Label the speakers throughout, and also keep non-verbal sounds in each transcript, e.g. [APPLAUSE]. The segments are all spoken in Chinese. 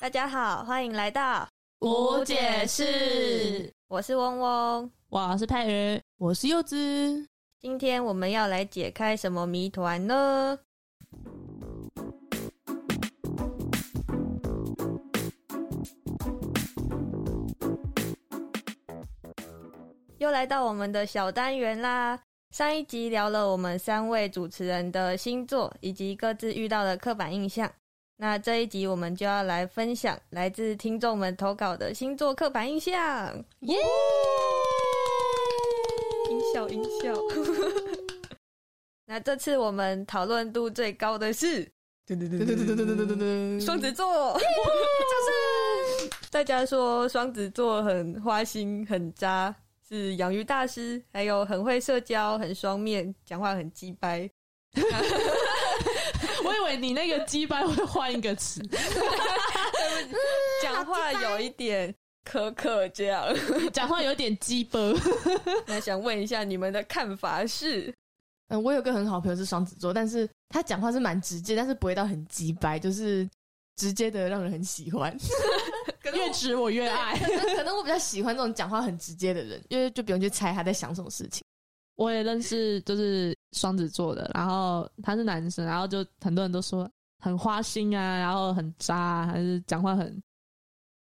Speaker 1: 大家好，欢迎来到
Speaker 2: 无解释，
Speaker 1: 我是嗡嗡。
Speaker 2: 我是佩瑜，我是柚子。
Speaker 1: 今天我们要来解开什么谜团呢？又来到我们的小单元啦。上一集聊了我们三位主持人的星座以及各自遇到的刻板印象。那这一集我们就要来分享来自听众们投稿的星座刻板印象。
Speaker 2: 耶！
Speaker 1: 音效，音效。那这次我们讨论度最高的是双子座， [LAUGHS] 就是大家说双子座很花心、很渣，是养鱼大师，还有很会社交、很双面，讲话很鸡掰。
Speaker 2: 我以为你那个鸡掰会换一个词， [LAUGHS]
Speaker 1: 讲话有一点苛刻，这样。 [LAUGHS]
Speaker 2: 讲话有点鸡掰。
Speaker 1: 那想问一下你们的看法是？
Speaker 3: 嗯，我有个很好朋友是双子座，但是他讲话是蛮直接，但是不会到很直白，就是直接的让人很喜欢。
Speaker 2: [LAUGHS] 越指我越爱。
Speaker 3: [LAUGHS] 可能我比较喜欢这种讲话很直接的人，因为就不用去猜他在想什么事情。
Speaker 2: 我也认识，就是双子座的，然后他是男生，然后就很多人都说很花心啊，然后很渣、啊，还是讲话很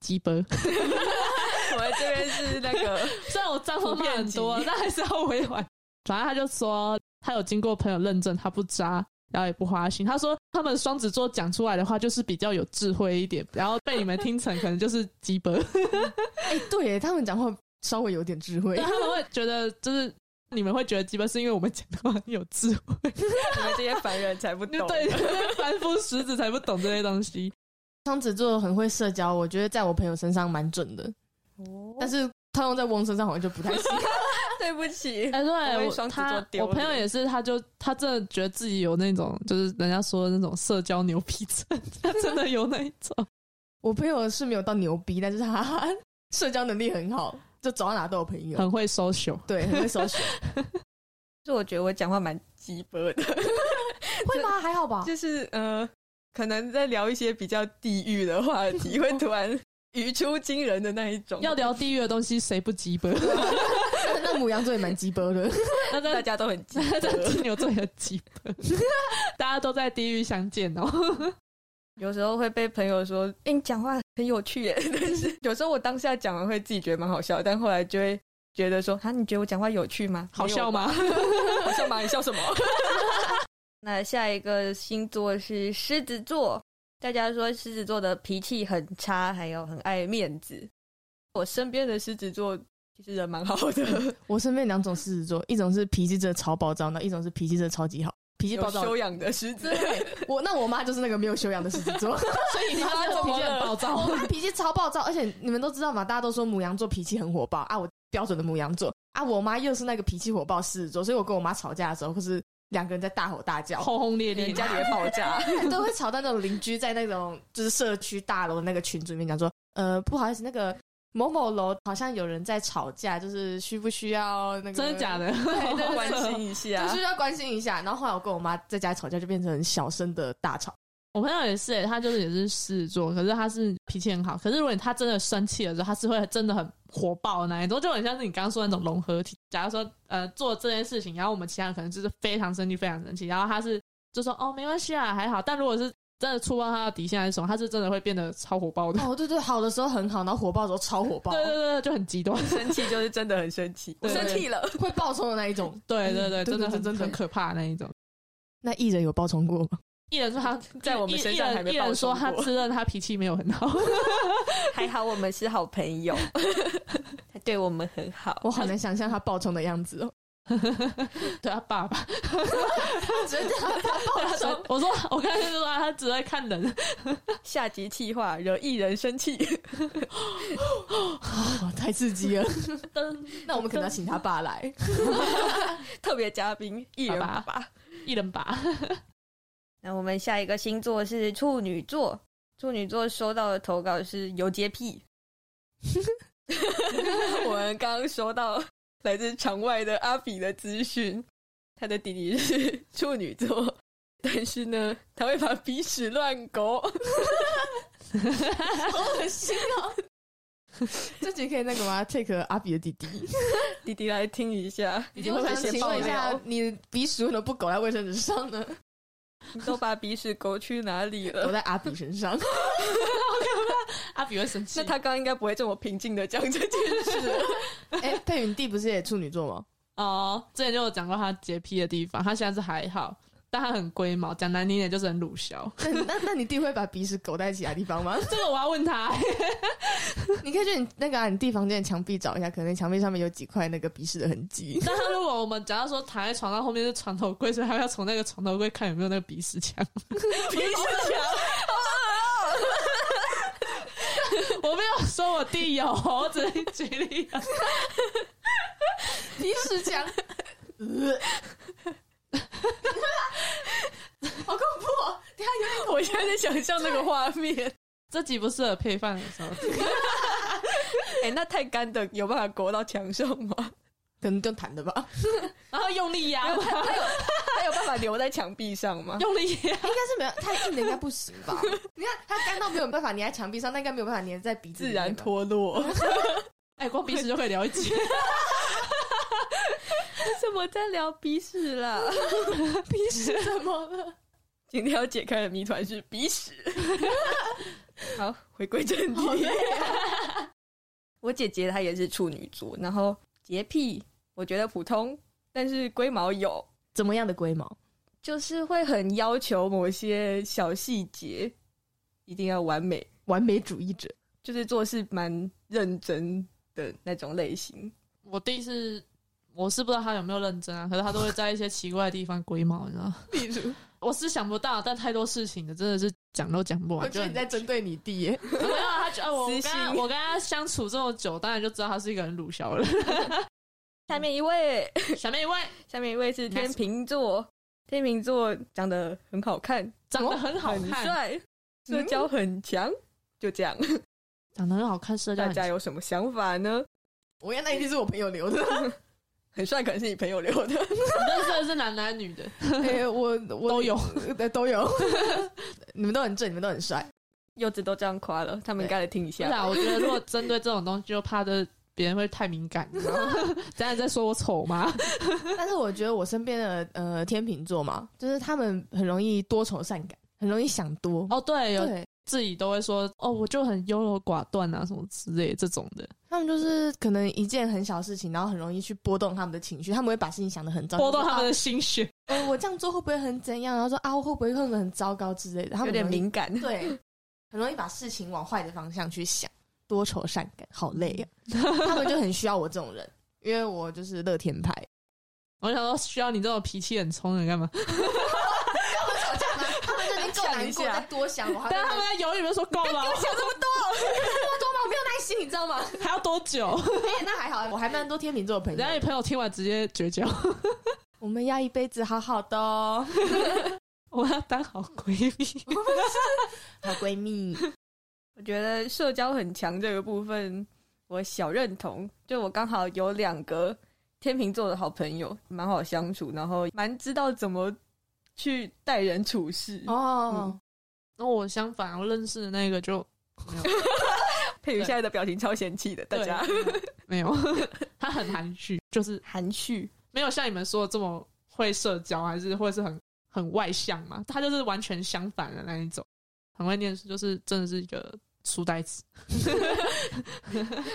Speaker 2: 鸡掰。
Speaker 1: 我们这边是那个
Speaker 2: [LAUGHS] 虽然我脏话骂很多
Speaker 1: 普遍级，
Speaker 2: 但还是要委婉。反正他就说他有经过朋友认证，他不渣，然后也不花心。他说他们双子座讲出来的话就是比较有智慧一点，然后被你们听成可能就是鸡巴， [LAUGHS]
Speaker 3: 哎、对耶，他们讲话稍微有点智慧
Speaker 2: 哎对，他们会觉得就是。你们会觉得鸡巴是因为我们讲的话很有智慧，
Speaker 1: 你们这些凡人才不
Speaker 2: 就
Speaker 1: 懂。
Speaker 2: [LAUGHS] 对，就是凡夫俗子才不懂这些东西。
Speaker 3: 双子座很会社交，我觉得在我朋友身上蛮准的，
Speaker 1: 哦
Speaker 3: 但是套用在翁身上好像就不太行。
Speaker 1: [LAUGHS]
Speaker 3: [LAUGHS]
Speaker 1: 对不起，
Speaker 2: [LAUGHS] 哎、
Speaker 1: 我
Speaker 2: 对，
Speaker 1: 为
Speaker 2: 我
Speaker 1: 双子座
Speaker 2: 他
Speaker 1: 丢
Speaker 2: 我
Speaker 1: 脸
Speaker 2: 朋友也是，他就他真的觉得自己有那种，就是人家说的那种社交牛皮症， [LAUGHS] 他真的有那一种。
Speaker 3: 我朋友是没有到牛逼，但是他 [LAUGHS] 社交能力很好，就走到哪都有朋友，
Speaker 2: 很会 social，
Speaker 3: 对，很会搜寻。
Speaker 1: 就我觉得我讲话蛮鸡巴的，
Speaker 3: 会吗？还好吧。
Speaker 1: 就是呃，可能在聊一些比较地域的话 [LAUGHS] 题，会突然语出惊人的那一种， [LAUGHS]
Speaker 2: 要聊地狱的东西，谁不鸡 [LAUGHS] 巴？
Speaker 3: 那母羊座也蛮鸡巴 [LAUGHS] 的。
Speaker 2: 那
Speaker 1: 大
Speaker 2: 在
Speaker 1: 家都 [LAUGHS] 很鸡
Speaker 2: 那
Speaker 1: 巴。
Speaker 2: 在金牛座也鸡巴， [LAUGHS] 大家都在地狱相见哦。
Speaker 1: 有时候会被朋友说：“哎、你讲话很有趣耶。” [LAUGHS] 但是有时候我当下讲完会自己觉得蛮好笑，但后来就会觉得说：“啊，你觉得我讲话有趣吗？
Speaker 2: 好笑吗？ [LAUGHS]
Speaker 1: 没有吧？好笑吗？你笑 [LAUGHS] 什么？”那下一个星座是狮子座，大家说狮子座的脾气很差，还有很爱面子。我身边的狮子座其实人蛮好的，
Speaker 3: 我身边两种狮子座，一种是脾气真的超暴躁，那一种是脾气真的超级好，脾气暴
Speaker 1: 有
Speaker 3: 躁。
Speaker 1: 修养的狮子。
Speaker 3: 对，我那我妈就是那个没有修养的狮子座，所以你
Speaker 1: 妈怎么
Speaker 3: 脾气
Speaker 1: 了 [LAUGHS]
Speaker 3: 很暴躁？我妈脾气超暴躁，而且你们都知道嘛，大家都说母羊座脾气很火爆啊，我标准的母羊座啊，我妈又是那个脾气火爆狮子座，所以我跟我妈吵架的时候，或是两个人在大吼大叫，
Speaker 2: 轰轰烈烈
Speaker 1: 人，家里会爆炸，
Speaker 3: 都会吵到那种邻居在那种就是社区大楼的那个群组里面讲说，呃，不好意思，那个某某楼好像有人在吵架，就是需不需要那个
Speaker 2: 真的假的？
Speaker 3: 对对
Speaker 1: [LAUGHS] 关
Speaker 3: 对
Speaker 1: 心一下
Speaker 3: 就。是要关心一下。然后后来我跟我妈在家吵架，就变成小声的大吵。
Speaker 2: 我朋友也是、欸，他就是也是狮子座，可是他是脾气很好，可是如果他真的生气了之后，他是会真的很火爆的那一种，就很像是你刚刚说的那种融合体。假如说呃做这件事情，然后我们其他人可能就是非常生气，非常生气，然后他是就说哦没关系啊，还好。但如果是真的触碰到他的底线还是什么，他是真的会变得超火爆的。
Speaker 3: 哦，对对，好的时候很好，然后火爆的时候超火爆，
Speaker 2: 对对对，就很极端。
Speaker 1: 生气就是真的很生气，我
Speaker 2: 对
Speaker 1: 生气了。
Speaker 3: 会爆冲的那一种。
Speaker 2: 对对对，
Speaker 3: 对对
Speaker 2: 哦真的
Speaker 3: 对
Speaker 2: 很
Speaker 3: 对
Speaker 2: 真的很可怕那一种。
Speaker 3: 那艺人有爆冲过吗？
Speaker 2: [LAUGHS] 艺人说他
Speaker 1: 在我们身上
Speaker 2: 艺
Speaker 1: 还没
Speaker 2: 艺人
Speaker 1: 爆
Speaker 2: 说
Speaker 1: 冲
Speaker 2: 他
Speaker 1: 过
Speaker 2: 自认他脾气没有很好，
Speaker 1: 还好我们是好朋 [LAUGHS] 友，他对我们很好。
Speaker 3: 我好难想象他爆冲的样子哦，
Speaker 2: [LAUGHS] 对他爸爸。
Speaker 3: [LAUGHS] 真的爆
Speaker 2: [LAUGHS] 所以
Speaker 3: 冲。
Speaker 2: 我说我刚才就说啊他只会看人， [LAUGHS]
Speaker 1: 下集气话惹艺人生气，
Speaker 3: [LAUGHS]
Speaker 1: [LAUGHS]
Speaker 3: 哇，太刺激了！
Speaker 2: 噔
Speaker 3: 那我们可能要请他爸来。
Speaker 1: 特别嘉宾艺人爸爸。
Speaker 2: 一人拔。
Speaker 1: 那我们下一个星座是处女座，处女座收到的投稿是有洁癖。
Speaker 3: [LAUGHS]
Speaker 1: 我们刚刚收到来自场外的阿比的资讯，他的弟弟是处女座，但是呢，他会把鼻屎乱勾。
Speaker 3: 好恶心哦！ [LAUGHS] 这集可以那个吗？take 阿比的弟 [LAUGHS] 弟，
Speaker 1: 弟弟来听一下，
Speaker 2: 已
Speaker 3: 弟我想请问一下，你鼻屎为什么不狗在卫生纸上 [LAUGHS] 呢？
Speaker 1: 你都把鼻屎勾去哪里
Speaker 3: 狗
Speaker 1: 了？
Speaker 3: 在阿比身上。
Speaker 2: [LAUGHS] 阿比会生气。
Speaker 1: 那他刚刚应该不会这么平静的讲
Speaker 3: [LAUGHS]
Speaker 1: 这件事。
Speaker 3: 哎，佩云弟不是也处女座 [LAUGHS] 吗？
Speaker 2: 哦，之前就有讲过他洁癖的地方，他现在是还好，但他很龟毛，讲难听一点就是很鲁小。
Speaker 3: 那那那你弟会把鼻屎狗在其他地 [LAUGHS] 方吗？
Speaker 2: [LAUGHS] 这个我要问 [LAUGHS] 他、
Speaker 3: 你可以去你那个、啊、你弟房间的墙壁找一下，可能墙壁上面有几块那个鼻屎的痕迹。
Speaker 2: 但他如果我们假如说躺在床上后面是床头柜，所以他要从那个床头柜看有没有那个鼻屎 [LAUGHS] 墙。
Speaker 1: 鼻屎墙，
Speaker 2: 我没有说我弟有，我只是举例。
Speaker 3: [LAUGHS]
Speaker 2: 啊
Speaker 3: 鼻屎墙，好恐怖、哦！等一下有点
Speaker 1: 我现在在想象那个画面。
Speaker 2: [LAUGHS] 这集不适合配饭的时候听，
Speaker 1: 哎、那太干的有办法勾到墙上吗？
Speaker 3: [LAUGHS] 可能就弹的吧，
Speaker 2: 然后用力压
Speaker 1: [LAUGHS]
Speaker 2: 吧，
Speaker 1: 它有办法留在墙壁上吗？
Speaker 2: [LAUGHS] 用力压。
Speaker 3: 应该是没有太硬的，应该不行吧？你看它干到没有办法粘在墙壁上，那应该没有办法粘在鼻
Speaker 1: 自
Speaker 3: 子里面吧
Speaker 1: 然。脱落。
Speaker 2: [LAUGHS] 哎、光鼻屎就可以聊一集。
Speaker 1: 怎么在聊鼻屎 [LAUGHS] 啦？
Speaker 3: 鼻屎怎么了？
Speaker 1: [LAUGHS] 今天要解开的谜团是鼻屎。 [LAUGHS] 好，啊回归正题。 [LAUGHS] 我姐姐她也是处女座，然后洁癖我觉得普通，但是龟毛有，
Speaker 3: 怎么样的龟毛？
Speaker 1: 就是会很要求某些小细节一定要完美，
Speaker 3: 完美主义者，
Speaker 1: 就是做事蛮认真的那种类型。
Speaker 2: [LAUGHS] 我弟是，我是不知道他有没有认真啊，可是他都会在一些奇怪的地方龟毛，你知道吗？
Speaker 3: 例如，
Speaker 2: 我是想不到，但太多事情了，真的是讲都讲不
Speaker 3: 我
Speaker 2: 完。
Speaker 3: 觉得你
Speaker 2: 就很
Speaker 3: 在针对你弟耶。
Speaker 2: 没有啊他就，啊我
Speaker 1: 私
Speaker 2: 跟
Speaker 1: 心
Speaker 2: 他我跟他相处这么久，当然就知道他是一个很鲁小的人。
Speaker 1: 下面一位，
Speaker 2: 小妹妹
Speaker 1: 下面一位是天秤座。天秤座长得很好看，
Speaker 2: 长得很
Speaker 1: 哦
Speaker 2: 好
Speaker 1: 很
Speaker 2: 看，嗯
Speaker 1: 帅，社交很强，就这样。
Speaker 2: 长得很好看，社交
Speaker 1: 大
Speaker 2: 很
Speaker 1: 家
Speaker 2: 强
Speaker 1: 有什么想法呢？
Speaker 3: 我原来一定是我朋友留的。
Speaker 1: 很帅，可能是你朋友留的。
Speaker 2: 你认识的是男男女的，
Speaker 3: 哎，我我
Speaker 2: 都有，
Speaker 3: 对，都有。 [LAUGHS] 你们都很正，你们都很帅。
Speaker 1: 柚子都这样夸了，他们应该来听一
Speaker 2: 不
Speaker 1: 下。
Speaker 2: 啊然我觉得如果针对这种东西，就怕的别人会太敏感，你知道吗？ [LAUGHS] 等下你在说我丑吗？
Speaker 3: 但是我觉得我身边的呃天秤座嘛，就是他们很容易多愁善感，很容易想多。
Speaker 2: 哦，对，有
Speaker 3: 对，
Speaker 2: 自己都会说哦，我就很优柔寡断啊，什么之类这种的，
Speaker 3: 他们就是可能一件很小事情，然后很容易去波动他们的情绪，他们会把事情想得很糟，
Speaker 2: 拨动他们
Speaker 3: 就
Speaker 2: 的心弦。
Speaker 3: 说。哦啊呃我这样做会不会很怎样？然后说啊，会不会会很糟糕之类的？他
Speaker 1: 有
Speaker 3: 们
Speaker 1: 点
Speaker 3: 很容易
Speaker 1: 敏感，
Speaker 3: 对，很容易把事情往坏的方向去想，多愁善感，好累呀、 [LAUGHS] 他们就很需要我这种人，因为我就是乐天派。
Speaker 2: 我想说，需要你这种脾气很冲的干嘛？
Speaker 3: 吵架吗？他们就已经够
Speaker 1: 呛一
Speaker 3: 难过，
Speaker 1: 下
Speaker 3: 再多想我，还
Speaker 2: 但他们在犹豫，就说够了，哦
Speaker 3: 想这么多，这么多吗？我没有耐心，你知道 [LAUGHS] 吗？
Speaker 2: 还要多久？
Speaker 3: 哎、那还好，我还蛮多天秤座的朋
Speaker 2: 然后你
Speaker 3: 友。
Speaker 2: 朋友听完直接绝交，
Speaker 3: 啊我们要一辈子好好的哦，
Speaker 2: 我要当好闺蜜。
Speaker 3: 好闺蜜。
Speaker 1: 我觉得社交很强这个部分，我小认同。就我刚好有两个天秤座的好朋友，蛮好相处，然后蛮知道怎么去待人处事。
Speaker 3: [LAUGHS] 哦，
Speaker 2: [LAUGHS] 那我相反，我认识的那个就
Speaker 1: 佩瑜现在的表情超嫌弃的，大
Speaker 2: [LAUGHS]
Speaker 1: 家
Speaker 2: 对没有，他很含蓄，就是
Speaker 1: 含蓄。
Speaker 2: 没有像你们说的这么会社交，还是会是很很外向嘛。他就是完全相反的那一种，很会念书，就是真的是一个书呆子，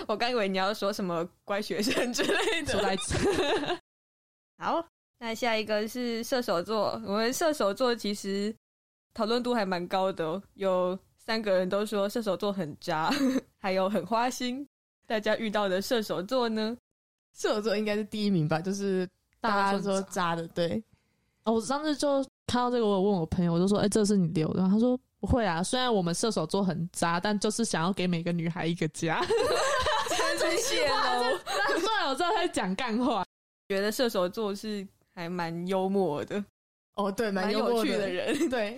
Speaker 1: 我刚以为你要说什么乖学生之类
Speaker 2: 书
Speaker 1: 的。
Speaker 2: 呆子。
Speaker 1: 好，那下一个是射手座。我们射手座其实讨论度还蛮高的、哦，有三个人都说射手座很渣， [LAUGHS] 还有很花心。大家遇到的射手座呢？
Speaker 3: 射手座应该是第一名吧，就是大家说渣的，对，
Speaker 2: 哦，我上次就看到这个，我有问我朋友，我就说：“哎、这是你留的吗？”他说：“不会啊，虽然我们射手座很渣，但就是想要给每个女孩一个家。
Speaker 1: 真谢喽！”
Speaker 2: 虽然我知道他在讲干话，
Speaker 1: 觉得射手座是还蛮幽默的，
Speaker 3: 哦，对，
Speaker 1: 蛮
Speaker 3: 幽
Speaker 1: 有
Speaker 3: 默
Speaker 1: 趣的。人。
Speaker 3: 对，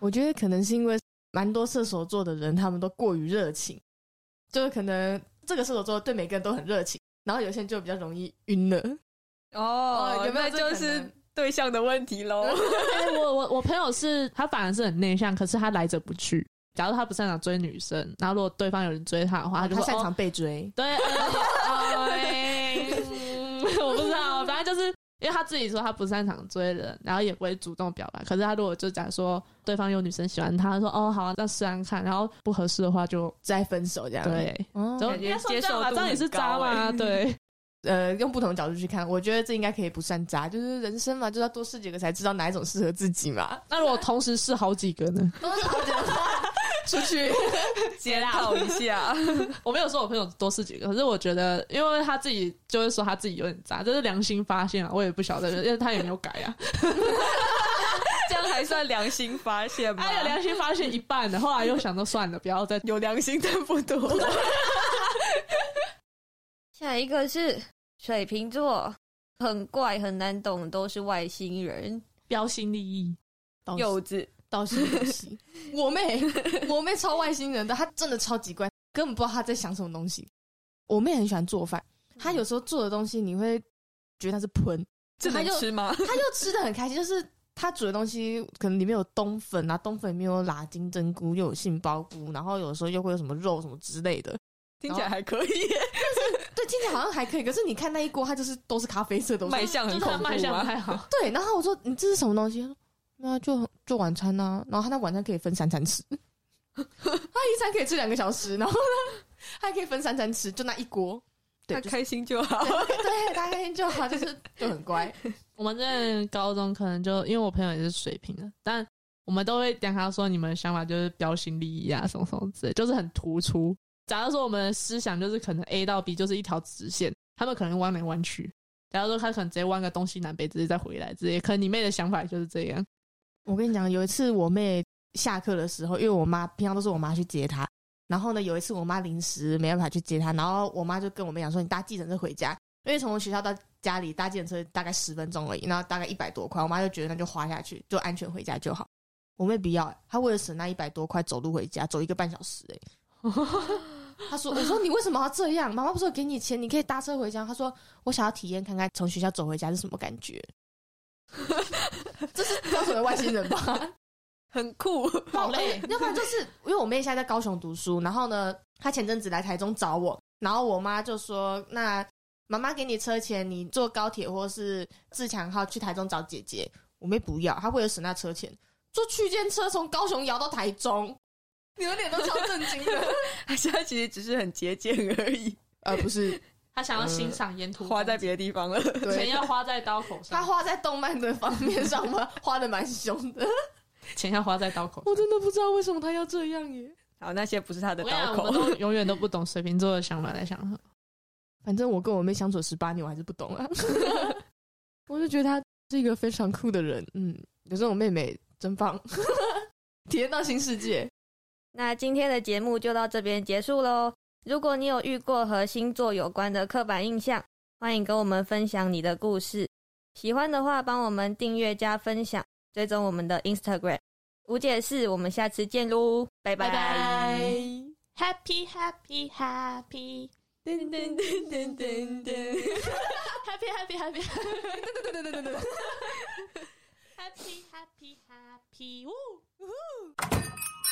Speaker 3: 我觉得可能是因为蛮多射手座的人，他们都过于热情，就是可能这个射手座对每个人都很热情，然后有些人就比较容易晕了。
Speaker 1: 哦，
Speaker 3: 有没有
Speaker 1: 那
Speaker 3: 这可
Speaker 1: 就
Speaker 3: 能
Speaker 1: 是对 [LAUGHS] 象的问题喽？
Speaker 2: 哎我我我朋友是他反而是很内向，可是他来者不拒，假如他不擅长追女生，然后如果对方有人追他的话，
Speaker 3: 他
Speaker 2: 就说
Speaker 3: 擅
Speaker 2: 哦
Speaker 3: 长被追，
Speaker 2: 对，呃哎嗯我
Speaker 1: [LAUGHS]
Speaker 2: 不知道，反正就是因为他自己说他不擅长追人，然后也不会主动表白。可是他如果就假如说对方有女生喜欢他，他说哦好、啊，那试看看，然后不合适的话就
Speaker 3: 再分手这样。，
Speaker 2: 对，
Speaker 3: 哦
Speaker 2: 然后
Speaker 1: 感觉
Speaker 2: 应该说
Speaker 1: 接
Speaker 2: 这样
Speaker 1: 受
Speaker 2: 吧
Speaker 1: 度
Speaker 2: 这样也是渣
Speaker 1: 很高
Speaker 2: 嘛，
Speaker 1: 哎
Speaker 2: 对，
Speaker 3: 呃，用不同的角度去看，我觉得这应该可以不算渣，就是人生嘛，就是要多试几个才知道哪一种适合自己嘛。
Speaker 2: 那如果同时试好几个呢？
Speaker 3: 多试几个出去，
Speaker 1: 检讨一 [LAUGHS] 下，
Speaker 2: [LAUGHS] 我没有说我朋友多试几个，可是我觉得，因为他自己就会说他自己有点渣，这是良心发现啊，我也不晓得，因为他也没有改啊。
Speaker 1: 这样还算良心发现吗？
Speaker 2: 哎呀，良心发现一半的，后来又想说算了，不要再
Speaker 3: 有良心但不多。
Speaker 1: [LAUGHS] 下一个是水瓶座，很怪，很难懂，都是外星人，
Speaker 2: 标新立异。
Speaker 1: 柚子。
Speaker 3: 倒是有戏， [LAUGHS] 我妹，我妹超外星人的，她真的超级怪，根本不知道她在想什么东西。我妹很喜欢做饭，她有时候做的东西你会觉得她是喷，
Speaker 1: 这
Speaker 3: 她
Speaker 1: 能
Speaker 3: 就
Speaker 1: 吃吗？
Speaker 3: 她就吃的很开心，就是她煮的东西可能里面有冬粉啊，冬粉里面有喇金针菇，又有杏鲍菇，然后有时候又会有什么肉什么之类的。
Speaker 1: [LAUGHS] 听起来还可以耶，
Speaker 3: [LAUGHS] 对，听起来好像还可以，可是你看那一锅，它就是都是咖啡色的东西。
Speaker 1: 卖相很
Speaker 2: [LAUGHS] 就是
Speaker 1: 恐
Speaker 2: 他
Speaker 1: 怖
Speaker 2: 卖相不
Speaker 1: 啊！
Speaker 2: 太好。
Speaker 3: 对，然后我说你这是什么东西？她说那就就晚餐呐、然后他那晚餐可以分三餐吃， [LAUGHS] 他一餐可以吃两个小时，然后呢还可以分三餐吃，就那一锅。对，
Speaker 1: 他
Speaker 3: 就是
Speaker 1: 开心就好。
Speaker 3: 对，大概就好，就是就很乖。
Speaker 2: 我们在高中可能就因为我朋友也是水平的，但我们都会讲他说你们的想法就是标新立异啊，什么什么之类，就是很突出。假如说我们的思想就是可能 A 到 B 就是一条直线，他们可能弯来弯去。假如说他可能直接弯个东西南北，直接再回来之类，可能你妹的想法就是这样。
Speaker 3: 我跟你讲，有一次我妹下课的时候，因为我妈平常都是我妈去接她，然后呢，有一次我妈临时没办法去接她，然后我妈就跟我妹讲说：“你搭计程车回家，因为从我学校到家里搭计程车大概十分钟而已，然后大概一百多块。”我妈就觉得那就花下去，就安全回家就好。我妹不要、欸她为了省那一百多块走路回家，走一个半小时、欸。她说：“我说你为什么要这样？妈妈不是有给你钱，你可以搭车回家。”她说：“我想要体验看看从学校走回家是什么感觉。”这是标准的外星人吧？
Speaker 1: [LAUGHS] 很酷， [LAUGHS]
Speaker 3: 好累。 [LAUGHS] 要不然就是因为我妹现在在高雄读书，然后呢，她前阵子来台中找我，然后我妈就说：“那妈妈给你车钱，你坐高铁或是自强号去台中找姐姐。”我妹不要，她为了省那车钱，坐区间车从高雄摇到台中。你们脸都超震惊的，
Speaker 1: 他现在其实只是很节俭而已，
Speaker 3: [LAUGHS] 呃，不是，
Speaker 2: 他想要欣赏沿途风景，
Speaker 1: 花在别的地方了。 [LAUGHS]
Speaker 2: 钱
Speaker 3: 对，
Speaker 2: 要花在刀口
Speaker 3: 她
Speaker 2: 上，
Speaker 3: 花在动漫的方面上吗？花的蛮凶的，
Speaker 2: 钱要花在刀口上。
Speaker 3: 我真的不知道为什么她要这样耶。
Speaker 1: 好，那些不是他的
Speaker 2: 我跟你
Speaker 1: 刀
Speaker 2: 讲，我们
Speaker 1: 口。
Speaker 2: 都永远都不懂水瓶座的想法在想什么。
Speaker 3: 反正我跟我妹相处十八年，我还是不懂啊。 [LAUGHS] 我就觉得她是一个非常酷的人，嗯，有时候我妹妹真棒， [LAUGHS] 体验到新世界。
Speaker 1: 那今天的节目就到这边结束喽。如果你有遇过和星座有关的刻板印象，欢迎跟我们分享你的故事。喜欢的话，帮我们订阅加分享，追踪我们的 Instagram。无解释，我们下次见喽，拜拜。
Speaker 2: 拜拜
Speaker 4: Happy, happy, happy. Dun, dun, dun, dun, dun, dun. [LAUGHS] happy, happy, happy. [LAUGHS] happy, happy, happy. Woo! Woohoo!